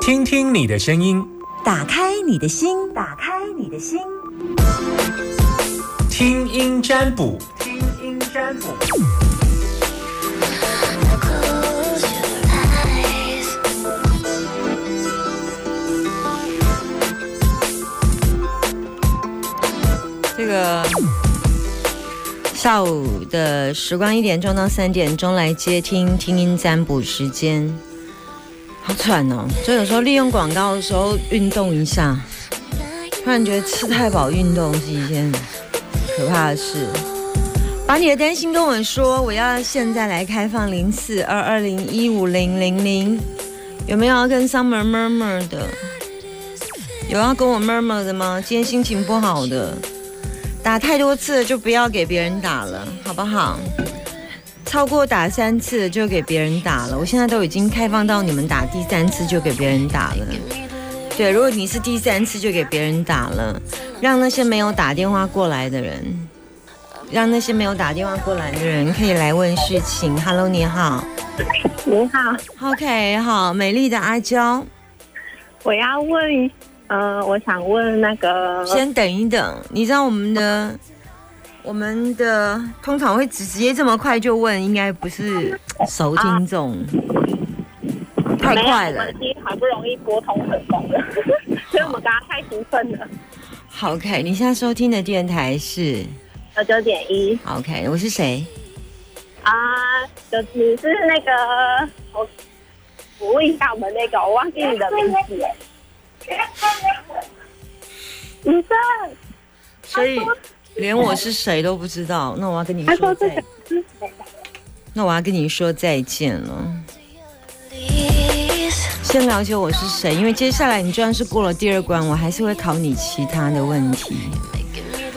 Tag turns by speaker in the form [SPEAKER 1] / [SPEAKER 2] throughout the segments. [SPEAKER 1] 听听你的声音，
[SPEAKER 2] 打开你的心，打开你的心，
[SPEAKER 1] 听音占卜，听音占卜。
[SPEAKER 3] Close your eyes.
[SPEAKER 2] 这个下午的时光一点钟到三点钟来接听听音占卜时间，好喘哦！就有时候利用广告的时候运动一下，突然觉得吃太饱运动是一件可怕的事。把你的担心跟我说，我要现在来开放零四二二零一五零零零，有没有要跟 Summer murmur 的？有要跟我 murmur 的吗？今天心情不好的。打太多次就不要给别人打了，好不好？超过打三次就给别人打了。我现在都已经开放到你们打第三次就给别人打了。对，如果你是第三次就给别人打了，让那些没有打电话过来的人，让那些没有打电话过来的人可以来问事情。Hello，你好
[SPEAKER 4] 你好，
[SPEAKER 2] ，OK，好，美丽的阿娇，
[SPEAKER 4] 我要问，呃，我想问那个，
[SPEAKER 2] 先等一等，你知道我们的我们的通常会直直接这么快就问，应该不是熟听众，太
[SPEAKER 4] 没有
[SPEAKER 2] 快
[SPEAKER 4] 我
[SPEAKER 2] 了
[SPEAKER 4] 们。其实好不容易拨通成功了， 所以我们刚刚太兴奋了。
[SPEAKER 2] 好 OK，你现在收听的电台是
[SPEAKER 4] 呃，九点一
[SPEAKER 2] OK，我是谁？
[SPEAKER 4] 啊，就你是那个，我我问一下我们那个，我忘记你的名字了。你这，
[SPEAKER 2] 所以连我是谁都不知道。那我要跟你
[SPEAKER 4] 他
[SPEAKER 2] 说
[SPEAKER 4] 说这
[SPEAKER 2] 再
[SPEAKER 4] 个，是谁
[SPEAKER 2] 那我要跟你说再见了。
[SPEAKER 3] Please.
[SPEAKER 2] 先了解我是谁，因为接下来你就算是过了第二关，我还是会考你其他的问题。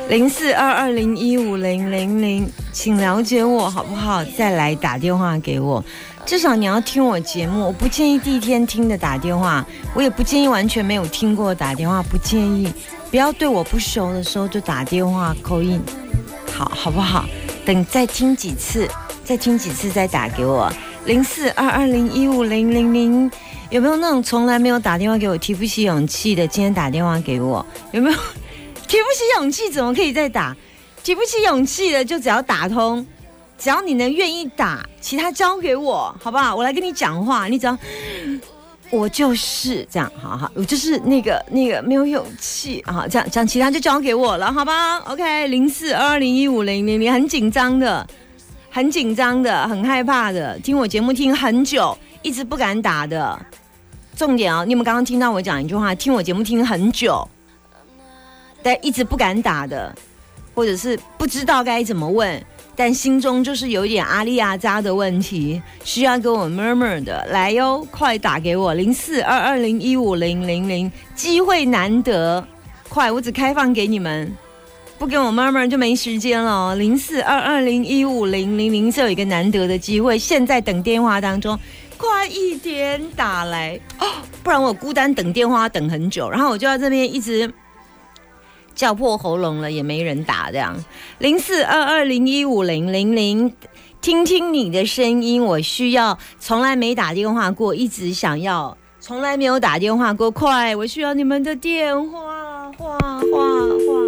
[SPEAKER 2] 零四二二零一五零零零，请了解我好不好？再来打电话给我，至少你要听我节目。我不建议第一天听的打电话，我也不建议完全没有听过的打电话，不建议不要对我不熟的时候就打电话扣印，好好不好？等再听几次，再听几次再打给我。零四二二零一五零零零。有没有那种从来没有打电话给我、提不起勇气的，今天打电话给我？有 没有提不起勇气？怎么可以再打？提不起勇气的，就只要打通，只要你能愿意打，其他交给我，好不好？我来跟你讲话，你只要。我就是这样，好好，我就是那个那个没有勇气啊，好这样这样，其他就交给我了，好吧？OK，零四二二零一五零零零，很紧张的，很紧张的，很害怕的，听我节目听很久，一直不敢打的。重点哦，你们刚刚听到我讲一句话，听我节目听很久，但一直不敢打的，或者是不知道该怎么问，但心中就是有一点阿里阿扎的问题，需要跟我 murmur 的，来哟，快打给我零四二二零一五零零零，机会难得，快，我只开放给你们。不跟我 murmur 就没时间了哦，零四二二零一五零零零是有一个难得的机会，现在等电话当中，快一点打来哦，不然我孤单等电话等很久，然后我就在这边一直叫破喉咙了，也没人打这样。零四二二零一五零零零，听听你的声音，我需要从来没打电话过，一直想要。从来没有打电话过，快！我需要你们的电话，话话话。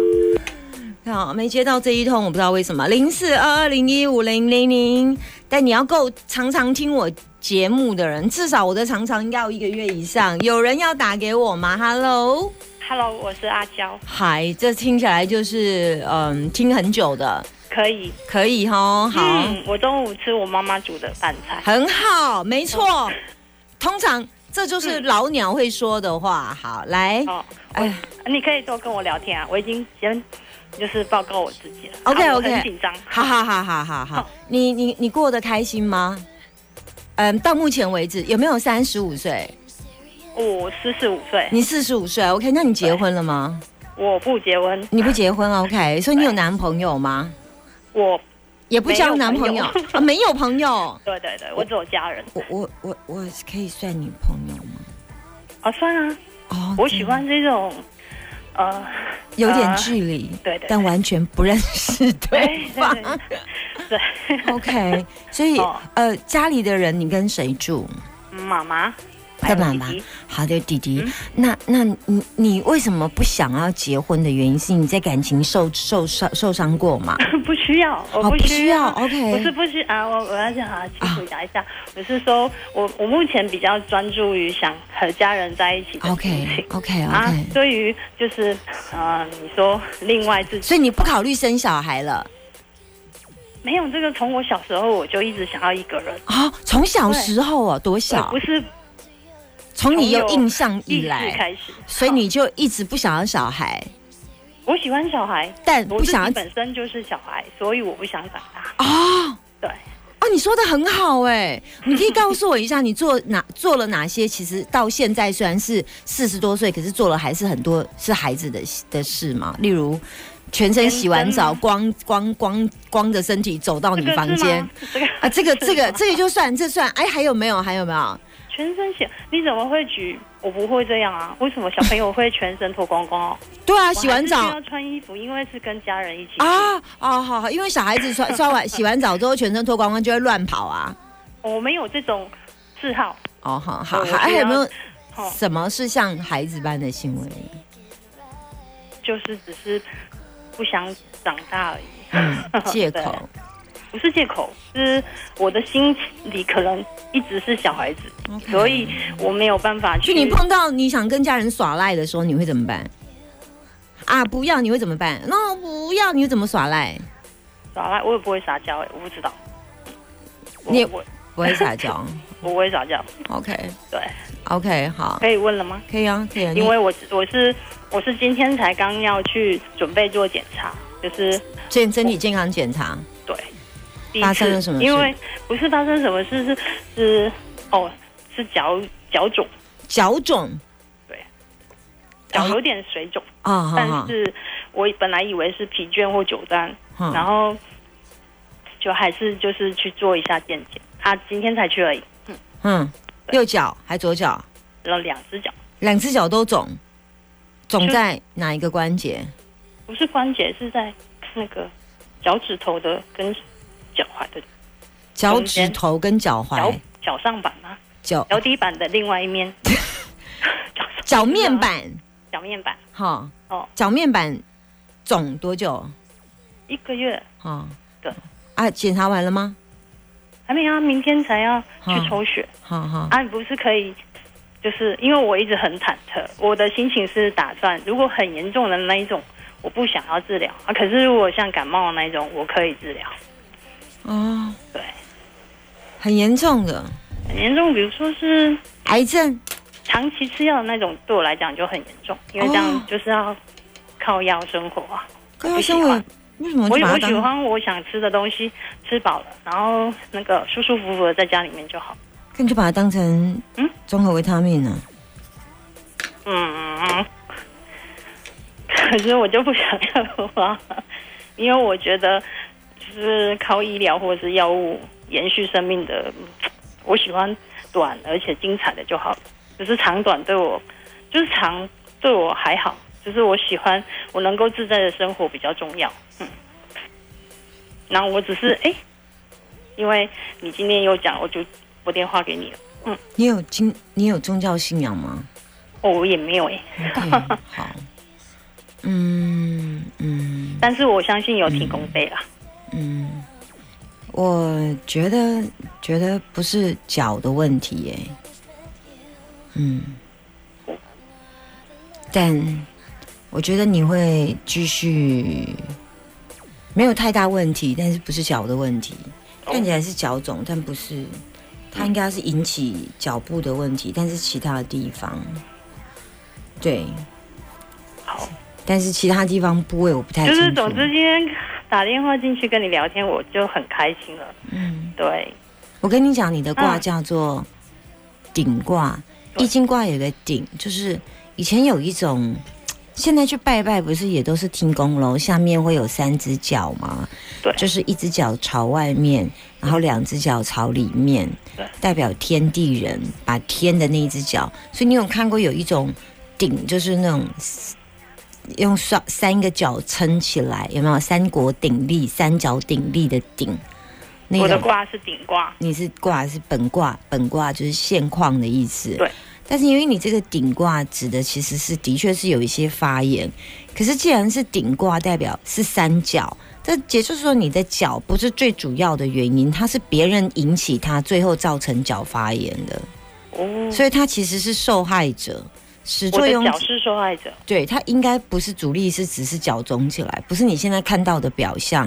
[SPEAKER 2] 好，没接到这一通，我不知道为什么。零四二二零一五零零零，但你要够常常听我节目的人，至少我的常常应该要一个月以上。有人要打给我吗？Hello。
[SPEAKER 5] Hello，我是阿娇，
[SPEAKER 2] 嗨，这听起来就是嗯，听很久的，
[SPEAKER 5] 可以。
[SPEAKER 2] 可以哈，好，
[SPEAKER 5] 嗯，我中午吃我妈妈煮的饭菜。
[SPEAKER 2] 很好，没错。
[SPEAKER 5] 嗯
[SPEAKER 2] 通常这就是老鸟会说的话。好，来，
[SPEAKER 5] 哦，
[SPEAKER 2] 哎，
[SPEAKER 5] 你可以多跟我聊天啊，我已经先就是报告我自己了。
[SPEAKER 2] OK，
[SPEAKER 5] 啊我
[SPEAKER 2] OK
[SPEAKER 5] 很紧张。
[SPEAKER 2] 好好好好好好
[SPEAKER 5] 好，
[SPEAKER 2] 你你你过得开心吗？嗯，到目前为止有没有三十五岁？
[SPEAKER 5] 我四十五岁，
[SPEAKER 2] 你四十五岁，OK？那你结婚了吗？
[SPEAKER 5] 我不结婚，
[SPEAKER 2] 你不结婚，OK？所以啊你有男朋友吗？
[SPEAKER 5] 我
[SPEAKER 2] 也不交男朋
[SPEAKER 5] 没
[SPEAKER 2] 友
[SPEAKER 5] 有朋友
[SPEAKER 2] 啊，没有 朋友。
[SPEAKER 5] 对对对，我只有家人。
[SPEAKER 2] 我我我我可以算你朋友吗？
[SPEAKER 5] 啊，算啊，
[SPEAKER 2] 哦，
[SPEAKER 5] 我
[SPEAKER 2] 真
[SPEAKER 5] 喜
[SPEAKER 2] 的
[SPEAKER 5] 欢这种，呃，
[SPEAKER 2] 有点
[SPEAKER 5] 呃
[SPEAKER 2] 距离，
[SPEAKER 5] 对对
[SPEAKER 2] 但完全不认识对
[SPEAKER 5] 对
[SPEAKER 2] 方。
[SPEAKER 5] 对，
[SPEAKER 2] OK，所以、
[SPEAKER 5] 哦
[SPEAKER 2] 呃，家里的人你跟谁住？
[SPEAKER 5] 妈妈还有
[SPEAKER 2] 的妈
[SPEAKER 5] 弟
[SPEAKER 2] 妈
[SPEAKER 5] 弟。嗯
[SPEAKER 2] 好的，弟弟。那那你你为什么不想要结婚的原因是你在感情受受伤受伤过吗？
[SPEAKER 5] 不需要， 我不
[SPEAKER 2] 哦不需
[SPEAKER 5] 需要。
[SPEAKER 2] 要，OK
[SPEAKER 5] 不是不需啊，我我要讲啊，清楚讲一下，我是说我我目前比较专注于想和家人在一起的事
[SPEAKER 2] OK
[SPEAKER 5] 情。
[SPEAKER 2] OK
[SPEAKER 5] 啊
[SPEAKER 2] OK，，
[SPEAKER 5] 对于就是呃，你说另外自己
[SPEAKER 2] 所以你不考虑生小孩了
[SPEAKER 5] 没有这个，从我小时候我就一直想要一个人，
[SPEAKER 2] 啊？从小
[SPEAKER 5] 对
[SPEAKER 2] 时候哦，多
[SPEAKER 5] 我
[SPEAKER 2] 小
[SPEAKER 5] 不？是
[SPEAKER 2] 从你
[SPEAKER 5] 从
[SPEAKER 2] 有
[SPEAKER 5] 有
[SPEAKER 2] 印象
[SPEAKER 5] 意
[SPEAKER 2] 以
[SPEAKER 5] 识
[SPEAKER 2] 来，
[SPEAKER 5] 开始，
[SPEAKER 2] 所以你就一直不想要小孩，
[SPEAKER 5] 我喜欢小孩，
[SPEAKER 2] 但
[SPEAKER 5] 我
[SPEAKER 2] 不
[SPEAKER 5] 自己
[SPEAKER 2] 想要
[SPEAKER 5] 本身就是小孩，所以我不想长大。
[SPEAKER 2] 哦。
[SPEAKER 5] 对，
[SPEAKER 2] 哦，你说的很好哎，你可以告诉我一下，你做哪 做了哪些？其实到现在虽然是四十多岁，可是做了还是很多是孩子的的事嘛，例如。全身洗完澡，
[SPEAKER 5] 全身
[SPEAKER 2] 光光光光着身体走
[SPEAKER 5] 这
[SPEAKER 2] 到哦你
[SPEAKER 5] 个是
[SPEAKER 2] 房
[SPEAKER 5] 吗
[SPEAKER 2] 间
[SPEAKER 5] 这个
[SPEAKER 2] 啊，这个
[SPEAKER 5] 是
[SPEAKER 2] 这个
[SPEAKER 5] 吗
[SPEAKER 2] 这个就算，这算哎，还有没有？还有没有？
[SPEAKER 5] 全身洗，你怎么会举？我不会这样啊！为什么小朋友会全身脱光 光？哦
[SPEAKER 2] 对啊，
[SPEAKER 5] 我
[SPEAKER 2] 洗完
[SPEAKER 5] 还是
[SPEAKER 2] 澡
[SPEAKER 5] 需要穿衣服，因为是跟家人一起
[SPEAKER 2] 啊哦，好好，因为小 孩子刷刷完洗完澡之后，全身脱光光就会乱跑啊。
[SPEAKER 5] 我没有这种嗜好。
[SPEAKER 2] 哦，好好
[SPEAKER 5] 我
[SPEAKER 2] 好，哎，
[SPEAKER 5] 需要
[SPEAKER 2] 有没有
[SPEAKER 5] 啊哦，
[SPEAKER 2] 什么是像孩子般的行为？
[SPEAKER 5] 就是只是不想长大而已。
[SPEAKER 2] 嗯 借
[SPEAKER 5] 对
[SPEAKER 2] 口。
[SPEAKER 5] 不是借口，是我的心里可能一直是小孩子
[SPEAKER 2] OK
[SPEAKER 5] 所以我没有办法去。
[SPEAKER 2] 就你碰到你想跟家人耍赖的时候，你会怎么办？啊，不要，你会怎么办？那、我不要，你会怎么耍赖？
[SPEAKER 5] 耍赖，我也不会撒娇、欸，我不知道。我
[SPEAKER 2] 你
[SPEAKER 5] 我
[SPEAKER 2] 不会 撒娇。
[SPEAKER 5] 我不会撒娇，
[SPEAKER 2] OK
[SPEAKER 5] 对，
[SPEAKER 2] OK，好，
[SPEAKER 5] 可以问了吗？
[SPEAKER 2] 可以啊，可以啊。
[SPEAKER 5] 因
[SPEAKER 2] 你
[SPEAKER 5] 为我我是我是今天才刚要去准备做检查，就是
[SPEAKER 2] 健身体健康检查，
[SPEAKER 5] 对，第一
[SPEAKER 2] 发
[SPEAKER 5] 次
[SPEAKER 2] 生了什么事
[SPEAKER 5] 因为不是发生什么事，是是哦，是脚脚肿，
[SPEAKER 2] 脚肿
[SPEAKER 5] 脚有点水肿，
[SPEAKER 2] 啊，好
[SPEAKER 5] 但
[SPEAKER 2] 好
[SPEAKER 5] 是我本来以为是疲倦或久站，
[SPEAKER 2] 好
[SPEAKER 5] 然后就还是就是去做一下健检，啊，今天才去而已，
[SPEAKER 2] 嗯，右脚还左脚，
[SPEAKER 5] 然后两只脚
[SPEAKER 2] 两只脚都肿，肿
[SPEAKER 5] 就
[SPEAKER 2] 在哪一个关节？
[SPEAKER 5] 不是关节，是在那个脚趾头的跟脚踝的
[SPEAKER 2] 脚
[SPEAKER 5] 中
[SPEAKER 2] 趾
[SPEAKER 5] 间
[SPEAKER 2] 头跟脚
[SPEAKER 5] 脚
[SPEAKER 2] 踝，
[SPEAKER 5] 脚上板吗？
[SPEAKER 2] 脚
[SPEAKER 5] 脚底板的另外一面，脚上
[SPEAKER 2] 脚面，板，
[SPEAKER 5] 脚面板
[SPEAKER 2] 哈，
[SPEAKER 5] 哦
[SPEAKER 2] 脚面板肿多久？
[SPEAKER 5] 一个月
[SPEAKER 2] 哈，
[SPEAKER 5] 对
[SPEAKER 2] 啊，检查完了吗？
[SPEAKER 5] 还没啊，明天才要去抽血、
[SPEAKER 2] 好好
[SPEAKER 5] 啊，你不是可以？就是因为我一直很忐忑，我的心情是打算，如果很严重的那一种，我不想要治疗啊。可是如果像感冒的那一种，我可以治疗。
[SPEAKER 2] 哦，
[SPEAKER 5] 对，
[SPEAKER 2] 很严重的
[SPEAKER 5] 很严重，比如说是
[SPEAKER 2] 癌症，
[SPEAKER 5] 长期吃药的那种，对我来讲就很严重，因为这
[SPEAKER 2] 哦
[SPEAKER 5] 样就是要靠药生活啊。
[SPEAKER 2] 高药生我为什么
[SPEAKER 5] 我
[SPEAKER 2] 哦就把
[SPEAKER 5] 我
[SPEAKER 2] 它
[SPEAKER 5] 喜
[SPEAKER 2] 当
[SPEAKER 5] 欢我想吃的东西，吃饱了，然后那个舒舒服服的在家里面就好。
[SPEAKER 2] 那你就把它当成
[SPEAKER 5] 嗯
[SPEAKER 2] 综合维他命呢？
[SPEAKER 5] 嗯， 可是我就不想要啊，因为我觉得就是靠医疗或者是药物延续生命的，嗯我喜欢短而且精彩的就好了。就是长短对我，就是长对我还好，就是我喜欢我能够自在的生活比较重要。嗯，然后我只是哎，因为你今天有讲，我就拨电话给你了。
[SPEAKER 2] 你有经你有宗教信仰 吗？
[SPEAKER 5] 哦，我也没有哎、
[SPEAKER 2] 对，好，嗯嗯
[SPEAKER 5] 但是我相信有提供杯啦。
[SPEAKER 2] 嗯，我觉得觉得不是脚的问题耶，嗯，但我觉得你会继续没有太大问题，但是不是脚的问题，
[SPEAKER 5] 哦
[SPEAKER 2] 看起来是脚肿，但不是。它应该是引起脚部的问题，但是其他的地方，对，
[SPEAKER 5] 好，
[SPEAKER 2] 但是其他地方部位我不太
[SPEAKER 5] 就
[SPEAKER 2] 清楚。
[SPEAKER 5] 是总之今天打电话进去跟你聊天，我就很开心了。
[SPEAKER 2] 嗯，
[SPEAKER 5] 对，
[SPEAKER 2] 我跟你讲，你的卦
[SPEAKER 5] 嗯
[SPEAKER 2] 叫做顶卦，
[SPEAKER 5] 对
[SPEAKER 2] 易经卦有个顶，就是以前有一种，现在去拜拜不是也都是听宫楼下面会有三只脚吗？
[SPEAKER 5] 对
[SPEAKER 2] 就是一只脚朝外面，然后两只脚朝里面
[SPEAKER 5] 对，
[SPEAKER 2] 代表天地人，把天的那一只脚。所以你有看过有一种顶，就是那种。用双三个脚撑起来，有没有三国鼎立、三角鼎立的鼎？那
[SPEAKER 5] 我的
[SPEAKER 2] 种
[SPEAKER 5] 卦是顶卦，
[SPEAKER 2] 你是卦是本卦，本卦就是现况的意思。
[SPEAKER 5] 对。
[SPEAKER 2] 但是因为你这个顶卦指的其实是的确是有一些发炎，可是既然是顶卦，代表是三角，这也就是说你的脚不是最主要的原因，它是别人引起它，最后造成脚发炎的，
[SPEAKER 5] 哦，
[SPEAKER 2] 所以它其实是受害者，始
[SPEAKER 5] 我
[SPEAKER 2] 作
[SPEAKER 5] 的
[SPEAKER 2] 俑
[SPEAKER 5] 脚
[SPEAKER 2] 者。
[SPEAKER 5] 是受害者。
[SPEAKER 2] 对，它应该不是主力，是只是脚肿起来，不是你现在看到的表象。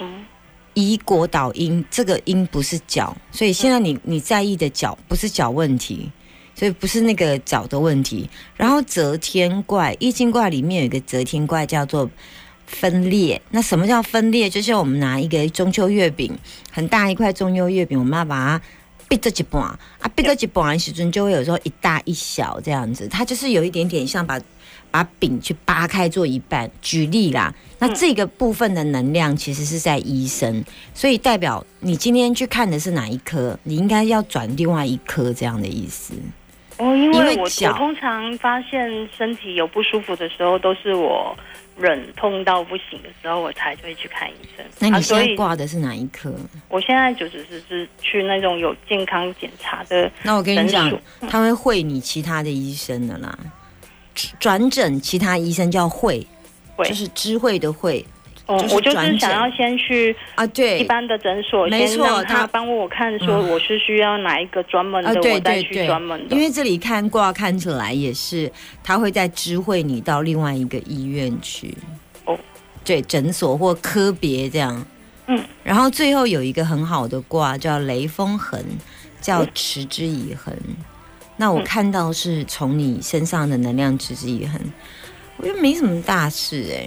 [SPEAKER 5] 嗯，
[SPEAKER 2] 以果导因，这个因不是脚，所以现在你你在意的脚不是脚问题，所以不是那个脚的问题。然后择天怪，《易经怪》里面有一个择天怪叫做分裂。那什么叫分裂？就是我们拿一个中秋月饼，很大一块中秋月饼，我们要把它。逼着一半啊，逼着一半的时阵就会有时候一大一小这样子，它就是有一点点像把把饼去扒开做一半。举例啦，那
[SPEAKER 5] 嗯
[SPEAKER 2] 这个部分的能量其实是在医生，所以代表你今天去看的是哪一科，你应该要转另外一科这样的意思。
[SPEAKER 5] 哦，因
[SPEAKER 2] 因
[SPEAKER 5] 为
[SPEAKER 2] 为
[SPEAKER 5] 我
[SPEAKER 2] 脚
[SPEAKER 5] 我通常发现身体有不舒服的时候，都是我忍痛到不行的时候，我才会去看医生。
[SPEAKER 2] 那
[SPEAKER 5] 啊
[SPEAKER 2] 你现
[SPEAKER 5] 所
[SPEAKER 2] 在
[SPEAKER 5] 以
[SPEAKER 2] 挂的是哪一科？
[SPEAKER 5] 我现在就只是是去那种有健康检查的
[SPEAKER 2] 那我跟你讲
[SPEAKER 5] 诊，嗯
[SPEAKER 2] 他会会你其他的医生的啦，转诊其他医生叫会，
[SPEAKER 5] 会
[SPEAKER 2] 就是知会的会
[SPEAKER 5] 哦
[SPEAKER 2] 就是
[SPEAKER 5] 我就
[SPEAKER 2] 转
[SPEAKER 5] 是
[SPEAKER 2] 诊
[SPEAKER 5] 想要先去
[SPEAKER 2] 啊，对，
[SPEAKER 5] 一般的诊所，
[SPEAKER 2] 没
[SPEAKER 5] 先
[SPEAKER 2] 错
[SPEAKER 5] 让
[SPEAKER 2] 他嗯
[SPEAKER 5] 他帮我看，说我是需要哪一个专门
[SPEAKER 2] 啊，
[SPEAKER 5] 的，
[SPEAKER 2] 对
[SPEAKER 5] 我再
[SPEAKER 2] 对
[SPEAKER 5] 去
[SPEAKER 2] 对
[SPEAKER 5] 专门，的。
[SPEAKER 2] 因为这里看卦看起来也是，他会再知会你到另外一个医院去，
[SPEAKER 5] 哦，
[SPEAKER 2] 对，诊所或科别这样，
[SPEAKER 5] 嗯，
[SPEAKER 2] 然后最后有一个很好的卦叫雷风恒，叫持之以恒。
[SPEAKER 5] 嗯
[SPEAKER 2] 那我看到是从你身上的能量持之以恒，我觉得没什么大事哎、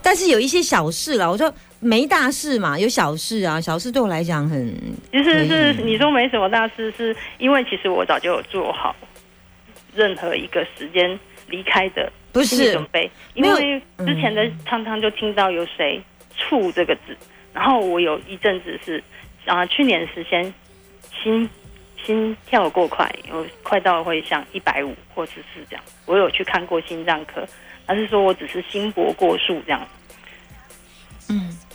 [SPEAKER 2] 但是有一些小事啦，我说没大事嘛，有小事啊，小事对我来讲很
[SPEAKER 5] 其实是
[SPEAKER 2] 嗯
[SPEAKER 5] 你说没什么大事，是因为其实我早就有做好任何一个时间离开的
[SPEAKER 2] 不
[SPEAKER 5] 心理
[SPEAKER 2] 是
[SPEAKER 5] 准备，因
[SPEAKER 2] 没有嗯
[SPEAKER 5] 为之前的常常就听到有谁“处”这个字，然后我有一阵子是啊、去年是先心心跳过快，有快到会像一百五或者是这样，我有去看过心脏科，他是说我只是心搏过速这样，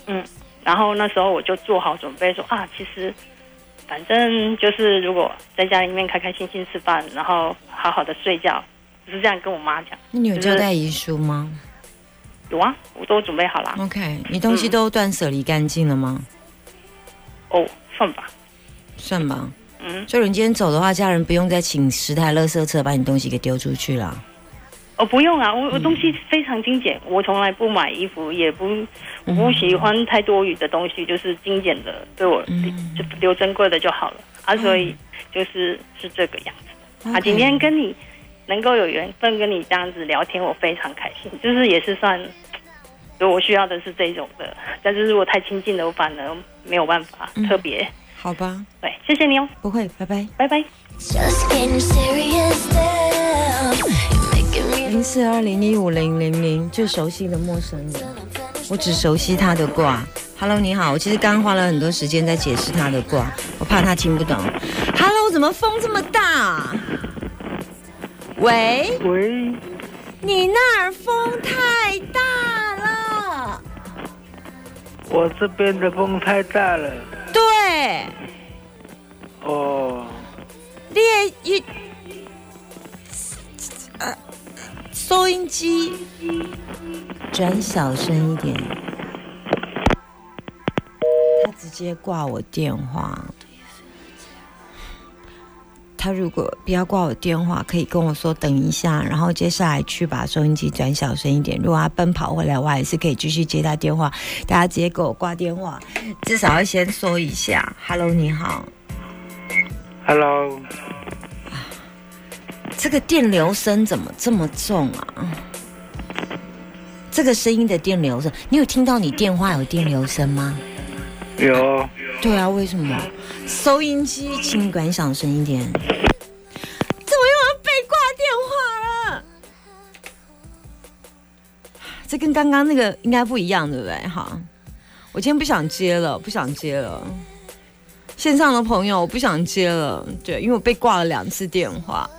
[SPEAKER 2] 嗯。
[SPEAKER 5] 然后那时候我就做好准备说啊，其实反正就是如果在家里面开开心心吃饭，然后好好的睡觉，就是这样跟我妈讲。
[SPEAKER 2] 那你有
[SPEAKER 5] 就是
[SPEAKER 2] 交代遗书吗
[SPEAKER 5] 有啊，我都准备好了。
[SPEAKER 2] ？OK，你东西都断舍离干净了吗？
[SPEAKER 5] 哦，算吧，
[SPEAKER 2] 算吧。
[SPEAKER 5] 嗯，
[SPEAKER 2] 所以你今天走的话，家人不用再请十台垃圾车把你东西给丢出去了。
[SPEAKER 5] 哦，不用啊，我
[SPEAKER 2] 嗯
[SPEAKER 5] 我东西非常精简，我从来不买衣服，也
[SPEAKER 2] 嗯
[SPEAKER 5] 不我不喜欢太多余的东西，就是精简的，对我
[SPEAKER 2] 嗯
[SPEAKER 5] 就留珍贵的就好了啊。所以就是是这个样子。啊，
[SPEAKER 2] OK
[SPEAKER 5] 今天跟你能够有缘分跟你这样子聊天，我非常开心，就是也是算，就我需要的是这种的，但是如果太亲近的，我反而没有办法、
[SPEAKER 2] 嗯
[SPEAKER 5] 特别。
[SPEAKER 2] 好吧，
[SPEAKER 5] 对，谢谢你哦，
[SPEAKER 2] 不会，拜拜。
[SPEAKER 5] 拜拜。
[SPEAKER 3] Just getting serious now. You're making me
[SPEAKER 2] 零四二零一五零零零，最熟悉的陌生人，我只熟悉他的卦。Hello，你好，我其实刚刚花了很多时间在解释他的卦，我怕他听不懂。Hello，怎么风这么大啊？喂，
[SPEAKER 5] 喂，
[SPEAKER 2] 你那儿风太大了。
[SPEAKER 6] 我这边的风太大了，
[SPEAKER 2] 对，
[SPEAKER 6] 哦，
[SPEAKER 2] 你的一呃收音机转小声一点，他直接挂我电话。他如果不要挂我电话，可以跟我说等一下，然后接下来去把收音机转小声一点。如果他奔跑回来，我还是可以继续接他电话。大家直接给我挂电话，至少要先说一下：“Hello，你好。”
[SPEAKER 6] Hello，
[SPEAKER 2] 这个电流声怎么这么重啊？这个声音的电流声，你有听到你电话有电流声吗？
[SPEAKER 6] 有
[SPEAKER 2] 对啊，为什么？收音机，请管小声一点。怎么又要被挂电话了？这跟刚刚那个应该不一样，对不对？哈，我今天不想接了，不想接了。线上的朋友，我不想接了，对，因为我被挂了两次电话。